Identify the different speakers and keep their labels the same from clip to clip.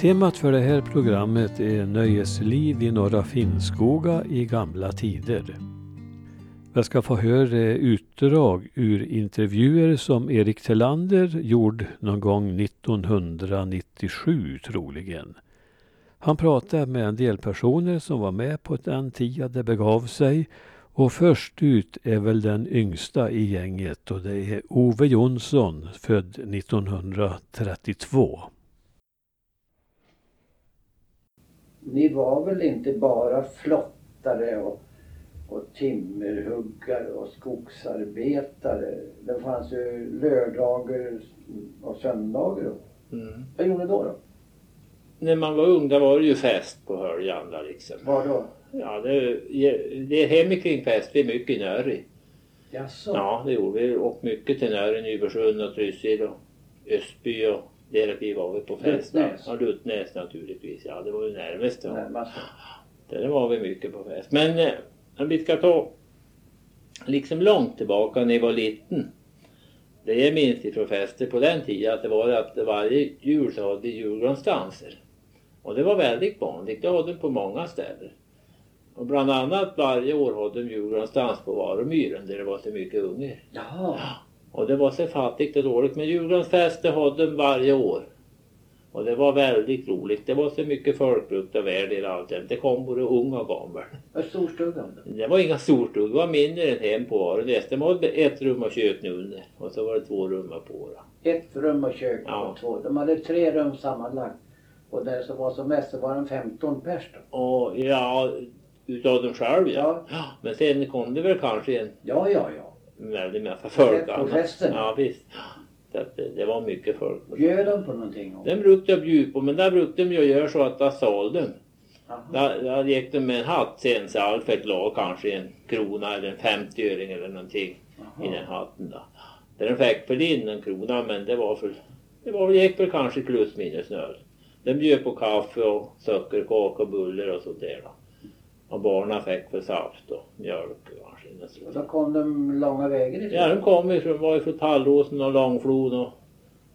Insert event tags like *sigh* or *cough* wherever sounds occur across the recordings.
Speaker 1: Temat för det här programmet är nöjesliv i Norra Finnskoga i gamla tider. Jag ska få höra utdrag ur intervjuer som Erik Telander gjorde någon gång 1997 troligen. Han pratade med en del personer som var med på den tiden det begav sig och först ut är väl den yngsta i gänget och det är Ove Jonsson född 1932.
Speaker 2: Ni var väl inte bara flottare och, och timmerhuggare och skogsarbetare? Det fanns ju lördagar och söndagar.
Speaker 3: Mm.
Speaker 2: Vad gjorde ni då? då?
Speaker 3: När man var ung då var det ju fest på Höljan där liksom.
Speaker 2: Var då?
Speaker 3: Ja, det, det är hemikring fest vi mycket i Nöri.
Speaker 2: Jaså?
Speaker 3: Ja, det gjorde vi. Och mycket till Nöri, Nybergsund och Trysil och Östby och där vi var vi på fest.
Speaker 2: Lutnäs.
Speaker 3: Ja, Lutnäs naturligtvis. Ja, det var ju närmast då.
Speaker 2: Nej, man-
Speaker 3: Där var vi mycket på fest. Men eh, om vi ska ta liksom långt tillbaka när jag var liten. Det jag minns ifrån fester på den tiden att det var att varje jul så hade vi julgransdanser. Och det var väldigt vanligt. Det hade de på många ställen. Och bland annat varje år hade de julgransdans på Varumyren där det var så mycket ungar.
Speaker 2: Jaha.
Speaker 3: Och det var så fattigt och dåligt. Men julgransfest det hade de varje år. Och det var väldigt roligt. Det var så mycket folk runt och världen allt det. Det kom både unga och gamla.
Speaker 2: Vad Storstugan?
Speaker 3: Det var inga storstugor. Det var mindre än hem på var och det. Det var ett rum och kök nu under. Och så var det två rum på. Då.
Speaker 2: Ett rum och kök
Speaker 3: Ja.
Speaker 2: och två. De hade tre rum sammanlagt. Och där som var som mest så var de 15 pers då.
Speaker 3: Och ja, utav dem själv ja.
Speaker 2: Ja.
Speaker 3: Men sen kom det väl kanske en
Speaker 2: Ja, ja, ja.
Speaker 3: väldig massa folk.
Speaker 2: På
Speaker 3: annars.
Speaker 2: festen.
Speaker 3: Ja visst. Så att det, det var mycket folk.
Speaker 2: Bjöd de på någonting?
Speaker 3: Den brukade jag bjuda på men där brukade de ju göra så att där sålde de.
Speaker 2: Jaha.
Speaker 3: Där, där gick de med en hatt sen så Alfred la kanske en krona eller en 50-öring eller någonting i den hatten då. Där de fick väl in en krona men det var för, det var väl, gick väl kanske plus minus noll. De bjöd på kaffe och sockerkaka och bullar och sånt där då. Och barnen fick för saft och mjölk kanske. eller så.
Speaker 2: Och då kom de långa vägar ifrån?
Speaker 3: Ja, de kom ifrån, var ifrån Tallåsen och Långflod och,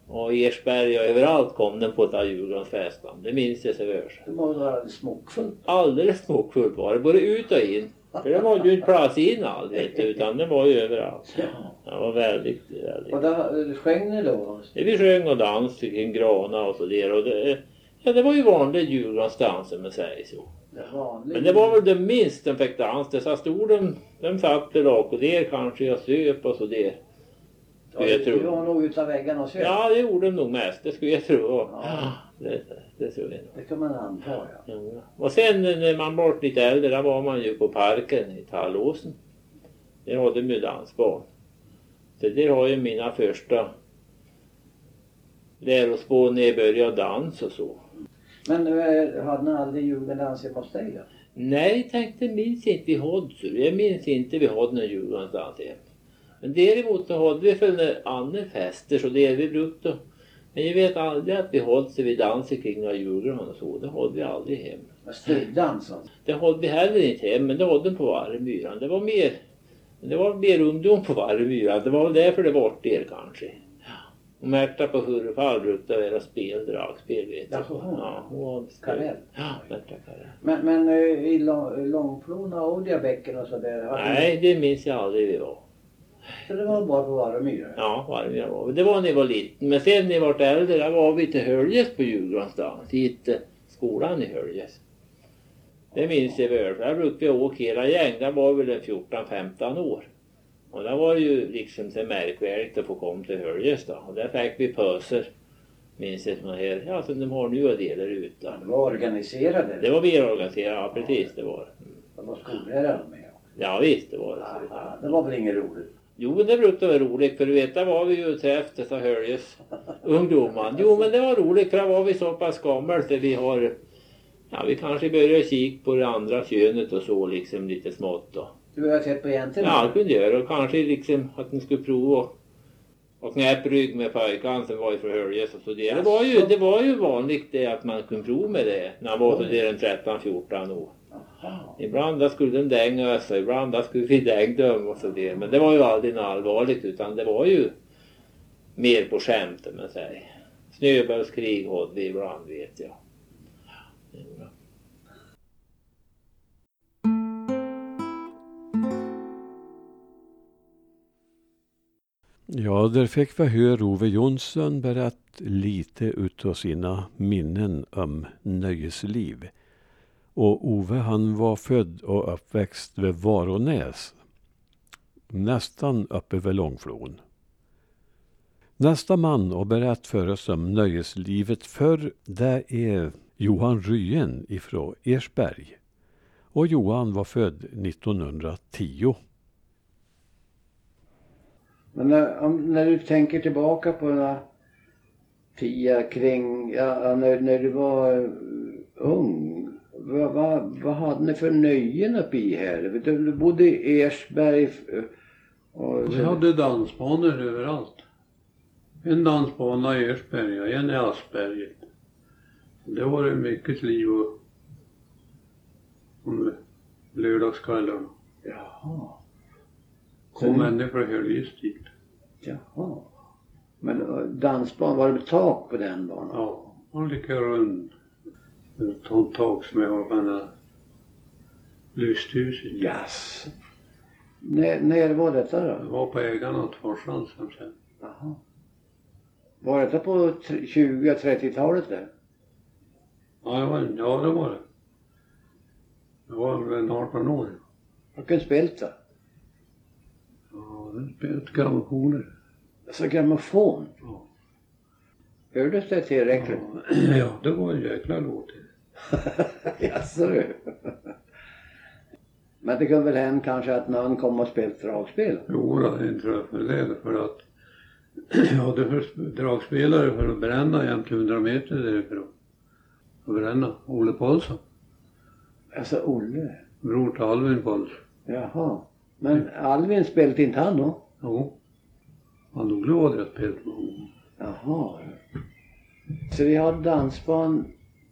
Speaker 3: och Ersberg och överallt kom de på ta julgransfesten. Det minns jag så väl.
Speaker 2: Det var vara smockfullt.
Speaker 3: alldeles smockfull var det, både ut och in. För den var ju inte plats in all, vet du, utan den var ju överallt. Den var väldigt, väldigt.
Speaker 2: Och då eh, sjöng ni då?
Speaker 3: Det vi sjöng och dans kring grana och så där och det, ja, det var ju vanlig julgransdans om man säger så.
Speaker 2: Det vanliga.
Speaker 3: Men det var väl det minst de fick dans, dessa stod de, de satt där och där kanske och söp och så där.
Speaker 2: Ja,
Speaker 3: jag tror.
Speaker 2: Du var nog utav väggarna och söp.
Speaker 3: Ja, det gjorde de nog mest, det skulle jag tro. Ah,
Speaker 2: Ja.
Speaker 3: Det, det tror jag nog.
Speaker 2: Det kan man anta ja.
Speaker 3: Ja. Och sen när man var lite äldre, där var man ju på parken i Tallåsen. Där hade de ju dansband. Så där har ju mina första lärospår när jag började dansa och så.
Speaker 2: Men eh, hade ni aldrig julgudans hemma hos dig då?
Speaker 3: Nej, tänkte minns inte vi hade så. Jag minns inte vi hade någon jul någonstans hem. Men däremot så hade vi för andra fester så det är vi brukt då. Men jag vet aldrig att vi hade så vi dansade kring några julgran och så. Det hade vi aldrig hem.
Speaker 2: Med alltså. Strudans och
Speaker 3: Det hade vi heller inte hem, men det hade de på Varmyran. Det var mer, det var mer ungdom på Varmyran. Det var väl därför det vart det kanske. Ja. Och Märta på Hurufall brukade vara spel, dragspel vet du.
Speaker 2: Jaså, hon?
Speaker 3: Ja, hon var en spel-
Speaker 2: Karell?
Speaker 3: Ja, Märta Karell.
Speaker 2: Men, men eh, i Lång- Långflon och Audiabäcken och sådär?
Speaker 3: Nej, det minns jag aldrig vi var.
Speaker 2: Så det var bara på Varumyra?
Speaker 3: Ja, Varmyran var vi. Det var när jag var liten. Men sen när jag vart äldre, där var vi till Höljes på Djurgårdensdans. Hit eh, skolan i Höljes. Det minns jag väl, för där brukade jag åka hela gäng. Där var vi väl 14-15 år. Och där var det ju liksom så märkvärdigt att få komma till Höljes då. Och där fick vi pöser. Minns jag såna här, ja som de har nu och delar ut då.
Speaker 2: De var organiserade.
Speaker 3: Det var välorganiserat, ja precis det var det.
Speaker 2: De var skollärare med.
Speaker 3: Ja visst, det var det.
Speaker 2: Ja, Det var väl inget roligt?
Speaker 3: Jo, det brukade vara roligt för du vet, där var vi ju till efter så höljes ungdomarna. Jo, men det var roligt för där var vi så pass gamla så vi har, ja vi kanske började kika på det andra könet och så liksom lite smått då.
Speaker 2: Du har sett på egentligen?
Speaker 3: Ja, allt kunde göra och kanske liksom att ni skulle prova och, och knäpp rygg med pojkarna som var ifrån Höljes och så där. Det var ju, det var ju vanligt det att man kunde prova med det när man var så där en 13-14 år.
Speaker 2: Jaha.
Speaker 3: Ibland där skulle de dänga ösa, ibland där skulle vi dänga dem och så det. Men det var ju aldrig något allvarligt utan det var ju mer på skämt om man säger. Snöbollskrig hade vi ibland vet jag.
Speaker 1: Ja, där fick vi höra Ove Jonsson berätta lite utav sina minnen om nöjesliv. Och Ove han var född och uppväxt vid Varånäs. Nästan uppe vid Långflon. Nästa man och berätt för oss om nöjeslivet förr, det är Johan Ryen ifrån Ersberg. Och Johan var född 1910.
Speaker 2: Men när, om, när du tänker tillbaka på den här Pia kring, ja, ja, när, när du var eh, ung. Vad va, vad hade ni för nöjen uppe i här? Du, du bodde i Ersberg. eh, Och,
Speaker 4: Vi hade dansbanor överallt. En dansbana i Ersberga, en i Aspberget. Det var det mycket liv och om lördagskvällarna.
Speaker 2: Jaha.
Speaker 4: Och människor höljdes dit.
Speaker 2: Jaha. Men eh, dansbanan, var det tak på den banan?
Speaker 4: Ja, och lika rund. Ett sånt tak som jag har på det här lysthuset.
Speaker 2: Yes. När, när var detta
Speaker 4: Det
Speaker 2: då?
Speaker 4: var på ägarna åt farsan som sen.
Speaker 2: Jaha. Var detta på tr- 20-30-talet där?
Speaker 4: Ja, det var, ja, det var det. Jag var väl 18 år.
Speaker 2: Vilken spelt då?
Speaker 4: Ja, det spelade grammofoner.
Speaker 2: Alltså grammofon?
Speaker 4: Ja.
Speaker 2: Hördes det *clears throat* tillräckligt?
Speaker 4: Ja, det var en jäkla låt.
Speaker 2: *laughs* Jaså du? Men det kunde väl hända kanske att någon kom och spelade dragspel?
Speaker 4: Jo, då, inte tror jag för det. För att *clears throat* jag hade först dragspelare för att bränna jämt 100 meter därifrån. Att bränna. Olle Paulsson.
Speaker 2: Alltså Olle?
Speaker 4: Bror till Alvin Paulsson.
Speaker 2: Jaha. Men Alvin spelade inte han då?
Speaker 4: Jo. Han dog då hade jag spelat med honom.
Speaker 2: Jaha. Så vi har dansband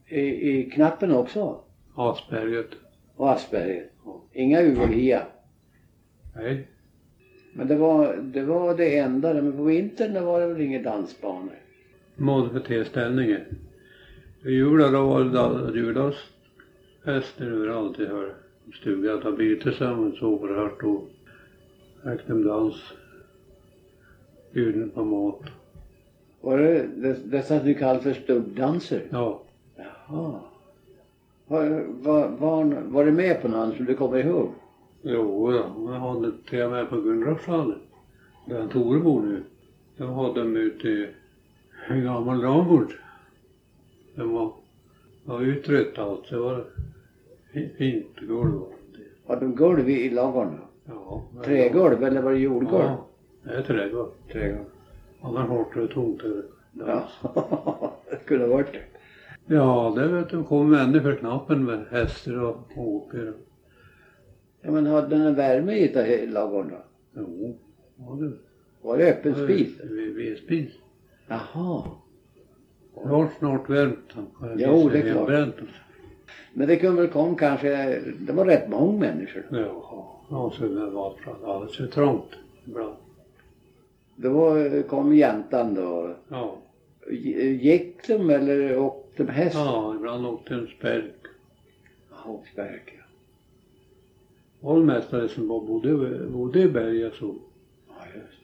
Speaker 2: i, i knappen också?
Speaker 4: Asperget.
Speaker 2: Och Asperger?
Speaker 4: Ja.
Speaker 2: Inga Ugelhia?
Speaker 4: Nej.
Speaker 2: Men det var, det var det enda. Men på vintern då var det väl inga dansbanor?
Speaker 4: Mål för tillställningen. I julen då var det da- juldagsfester överallt. Jag hörde stugan ta byte sömn så oerhört och räckte med dans. Bjuden på mat.
Speaker 2: Var det det- dessa som kallas för stubbdanser?
Speaker 4: Ja,
Speaker 2: Jaha. Ah. Var, var, var, var du med på någon som du kommer ihåg?
Speaker 4: jo då. Hon hade till och med på Gunnarpshallen. Där Tore bor nu. De hade dem ute i en gammal ladugård. Den var, var utrett allt. Det var fi- fint golv. var det.
Speaker 2: Var de golv i i ladugården?
Speaker 4: Ja,
Speaker 2: Trägolv eller var det jordgolv?
Speaker 4: Ja, det är trädgård.
Speaker 2: Trägolv.
Speaker 4: Annars vart det tomt över.
Speaker 2: Ja, *laughs* det skulle ha varit det.
Speaker 4: Ja, det vet du. kom människor knappen med hästar och åker.
Speaker 2: Ja, men hade den en värme i ta- i ladugården då?
Speaker 4: Jo, ja, det.
Speaker 2: Var det öppen spis?
Speaker 4: Ved- Vedspis.
Speaker 2: Jaha.
Speaker 4: Det var snart varmt. Jo,
Speaker 2: Jo, det är klart.
Speaker 4: Bränt.
Speaker 2: Men det kunde väl komma kanske, det var rätt många människor.
Speaker 4: Ja, ja, så det var det alldeles för trångt ibland.
Speaker 2: Det var, kom jäntan då.
Speaker 4: Ja,
Speaker 2: G- Gick de eller åkte de häst?
Speaker 4: ja ibland åkte en spärk.
Speaker 2: Håksberg, ja.
Speaker 4: Det var det mesta som bara bodde, bodde i berget så.
Speaker 2: Ja, just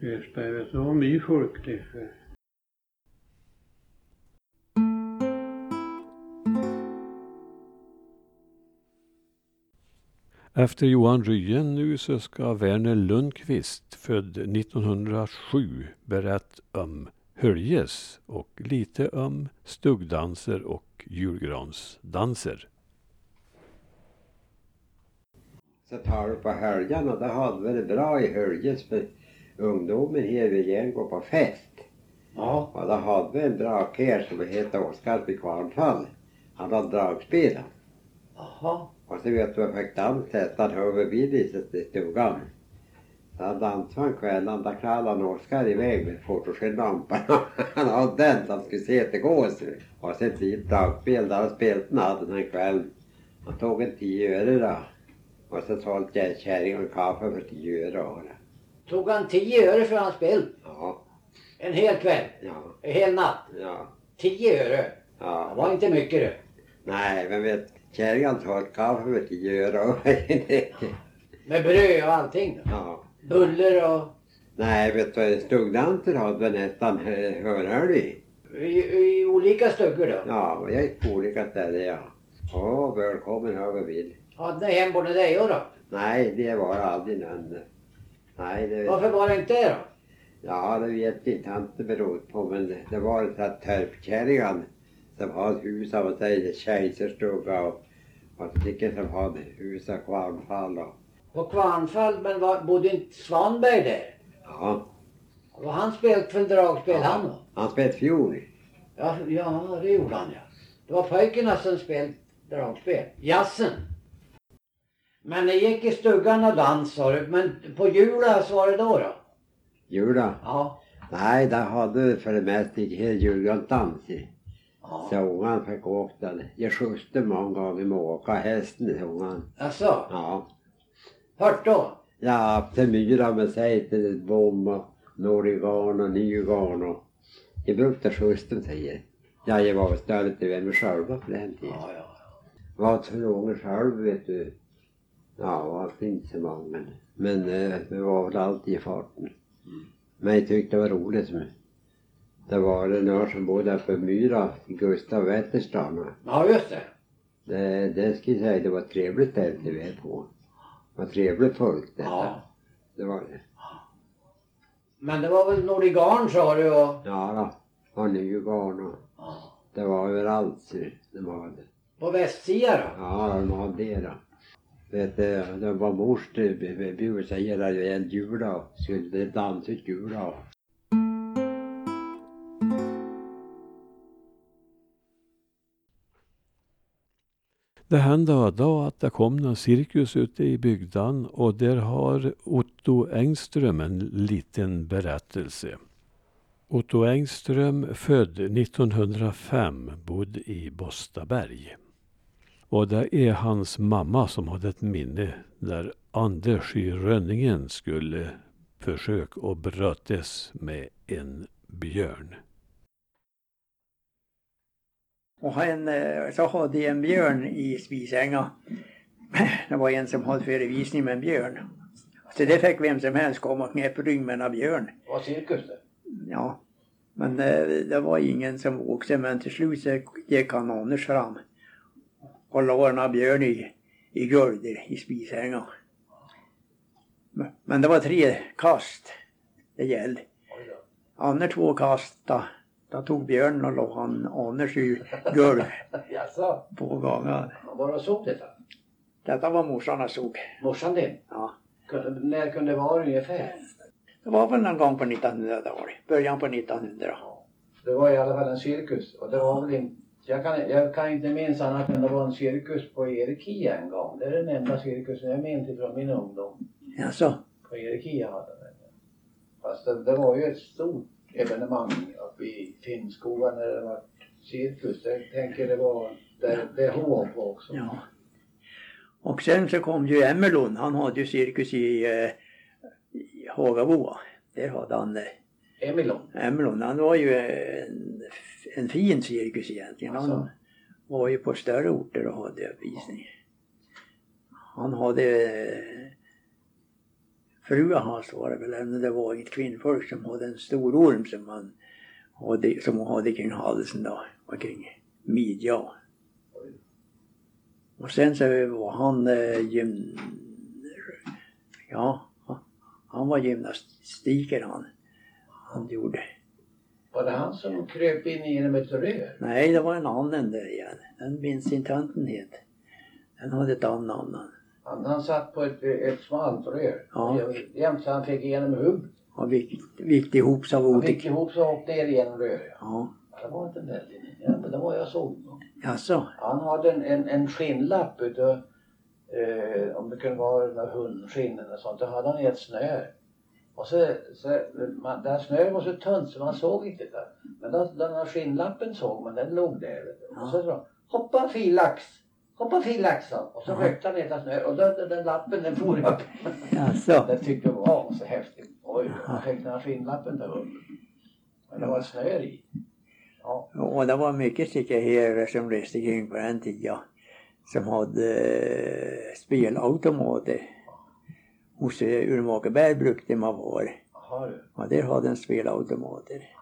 Speaker 2: det.
Speaker 4: Ersberg, vet du, det var mycket folk det.
Speaker 1: Efter Johan Ryen nu så ska Verner Lundqvist, född 1907, berätta om Höljes och lite om stugdanser och julgransdanser.
Speaker 5: Så tar du på helgerna, det hade vi det bra i Höljes för ungdomen här vill gärna gå på fest.
Speaker 2: Ja,
Speaker 5: Och då hade vi en drakär som hette Oskar i Kvarnfall. Han hade dragspelare.
Speaker 2: jaha.
Speaker 5: Och så vet du, jag fick dans nästan över vid i- i stugan. Så han dansade en kväll, andra kvällen Oskar iväg med fotogenlampan. *laughs* Han hade den som skulle se till gås. Och sen till dragspel, där han spelade han hade den här kvällen. Han tog en tio öre då. Och så sålde jag en kärring och en kaffe för tio öre. var det.
Speaker 2: Tog han 10 öre för hans spel?
Speaker 5: Ja,
Speaker 2: En hel kväll?
Speaker 5: ja,
Speaker 2: En hel natt?
Speaker 5: ja,
Speaker 2: 10 öre? Det
Speaker 5: ja.
Speaker 2: var inte mycket det.
Speaker 5: Nej, men vet, kärringen tar ett kaffe för tio *laughs* öre.
Speaker 2: Med bröd och allting då?
Speaker 5: ja.
Speaker 2: Buller och...
Speaker 5: Nej, vet du, stugnanter hade vi nästan eh, hörhörde i.
Speaker 2: I, i olika stugor då?
Speaker 5: Ja, och jag gick på olika ställen ja. Åh, välkommen över vill.
Speaker 2: Hade ni hem både dig och då?
Speaker 5: Nej, det var aldrig någon. Nej, det
Speaker 2: Varför var det inte det då?
Speaker 5: Ja, det vet jag inte allt det beror på, men det var så att Törpkärringan som har ett hus av sig, kejserstuga och och stycken som har hus av Kvarnfall och
Speaker 2: Och Kvarnfall, men var, bodde inte Svanberg där?
Speaker 5: ja.
Speaker 2: Vad han spelat för dragspel
Speaker 5: Ja.
Speaker 2: han då?
Speaker 5: Han spelade fiol.
Speaker 2: Ja, ja, det gjorde han ja. Det var pojkarna som spelade dragspel. Jazzen. Men ni gick i stugan och dans sa du. Men på julen, så var det då då?
Speaker 5: Jula.
Speaker 2: Ja.
Speaker 5: Nej, där hade vi för det mesta inte helt julgransdans i. Så
Speaker 2: ja.
Speaker 5: ungan fick åka den. Jag skjutsade många gånger med att åka hästen till ungan.
Speaker 2: Alltså,
Speaker 5: Ja.
Speaker 2: hört då?
Speaker 5: Ja, till myra med sig till bom och Norrgarn och Nygarn och jag brukade skjutsa dem säger Ja, jag var väl större till vem själva på den tiden.
Speaker 2: Ja, ja.
Speaker 5: Var två gånger själv vet du. Ja, det var inte så många men, men eh, vi var väl alltid i farten. Men jag tyckte det var roligt. Men det var det några som bodde uppe i Myra, Gustav Wetterstrand.
Speaker 2: Ja, just det.
Speaker 5: Det, det ska jag säga, det var ett trevligt ställe vi var på. Det var trevligt folk där.
Speaker 2: Ja.
Speaker 5: Det var det.
Speaker 2: Men det var väl Nordigarn sa du och...
Speaker 5: Ja då, och Nygården och
Speaker 2: Ja.
Speaker 5: det var överallt så de hade.
Speaker 2: På västsidan då?
Speaker 5: Ja, de hade det då. Vet du, det var mors bjussa hela en jula och skulle dansa ut jula. och-
Speaker 1: Det hände och då att det kom någon cirkus ute i bygden och där har Otto Engström en liten berättelse. Otto Engström född 1905, bodd i Bostaberg. Och det är hans mamma som hade ett minne där Anders i Rönningen skulle försöka och brötes med en björn.
Speaker 6: Och han, eh, så hade jag en björn i spisänga. *laughs* Det var en som hade förevisning med en björn. Så det fick vem som helst komma och knäppa rygg med en björn.
Speaker 2: Det var cirkus det.
Speaker 6: Ja. Men eh, det var ingen som vågade men till slut så gick han Anders fram. Och la den här björn i, i guldet i spishängan. Men- Men det var tre kast det gällde. Anders två kast då, då tog björnen och la han Anders i gulvet
Speaker 2: Jaså?
Speaker 6: två gånger.
Speaker 2: Var det så detta?
Speaker 6: Detta var morsan jag såg.
Speaker 2: Morsan din?
Speaker 6: Ja.
Speaker 2: Kunde- När kunde det vara ungefär?
Speaker 6: Det var väl någon gång på 1900-talet, början på 1900.
Speaker 2: Det var i alla fall en cirkus. Och det var väl in, jag, kan, jag kan inte minnas annat än det var en cirkus på Erikia en gång. Det är den enda cirkusen jag minns från min ungdom.
Speaker 6: Alltså,
Speaker 2: På Erikia hade den. Fast det, det var ju ett stort evenemang uppe i Finnskoga när det var cirkus. Jag tänker det var det, det hov på också.
Speaker 6: ja. Och sen så kom ju Emmelund, han hade ju cirkus i, eh, i Hagaboa. Där hade han eh,
Speaker 2: Emilon.
Speaker 6: Emmelund, han var ju eh, en, en fin cirkus egentligen. Han
Speaker 2: Alltså.
Speaker 6: var ju på större orter och hade uppvisning. Han hade eh, fruar hans var det väl, även om det var inget kvinnfolk som hade en stor orm som, han hade, som hon hade kring halsen då och kring midjan. Och sen så var han eh, gym... Ja, han var gymnastiker han. Han gjorde
Speaker 2: Var det han som kröp in genom ett rör?
Speaker 6: Nej, det var en annan där igen. Den minns inte tanten het. Den hade ett annat namn.
Speaker 2: Han, han satt på ett, ett smalt rör.
Speaker 6: Ja.
Speaker 2: Jämt så han fick igenom huvudet.
Speaker 6: Han vikt, vikt ihop så
Speaker 2: Han
Speaker 6: var
Speaker 2: fick
Speaker 6: det...
Speaker 2: ihop så och åkte ner genom röret.
Speaker 6: Ja,
Speaker 2: Det var inte väldigt ja, men det var jag såg.
Speaker 6: alltså.
Speaker 2: Han hade en, en, en skinnlapp utav, eh, om det kunde vara den där hundskinn eller sånt, då hade han i ett snö. Och så, så man, det här snöret var så tunt så man såg inte det. Men den, den här skinnlappen såg man, den låg där. vet du. Och så sa han, hoppa filax, hoppa filax sa han. Och så
Speaker 6: Ja.
Speaker 2: ryckte han i det här snöret och den, den, den lappen den for upp.
Speaker 6: Alltså.
Speaker 2: Det tyckte jag var så häftigt. Oj, han fick den här skinnlappen där uppe. Men det var snö i. Ja,
Speaker 4: Ja.
Speaker 6: Och det var mycket stickaherrar som reste kring på den tiden som hade eh, spelautomater. Hos eh, Urmakeberg brukade man vara.
Speaker 4: Jaha du.
Speaker 6: Ja, där hade en spelautomater.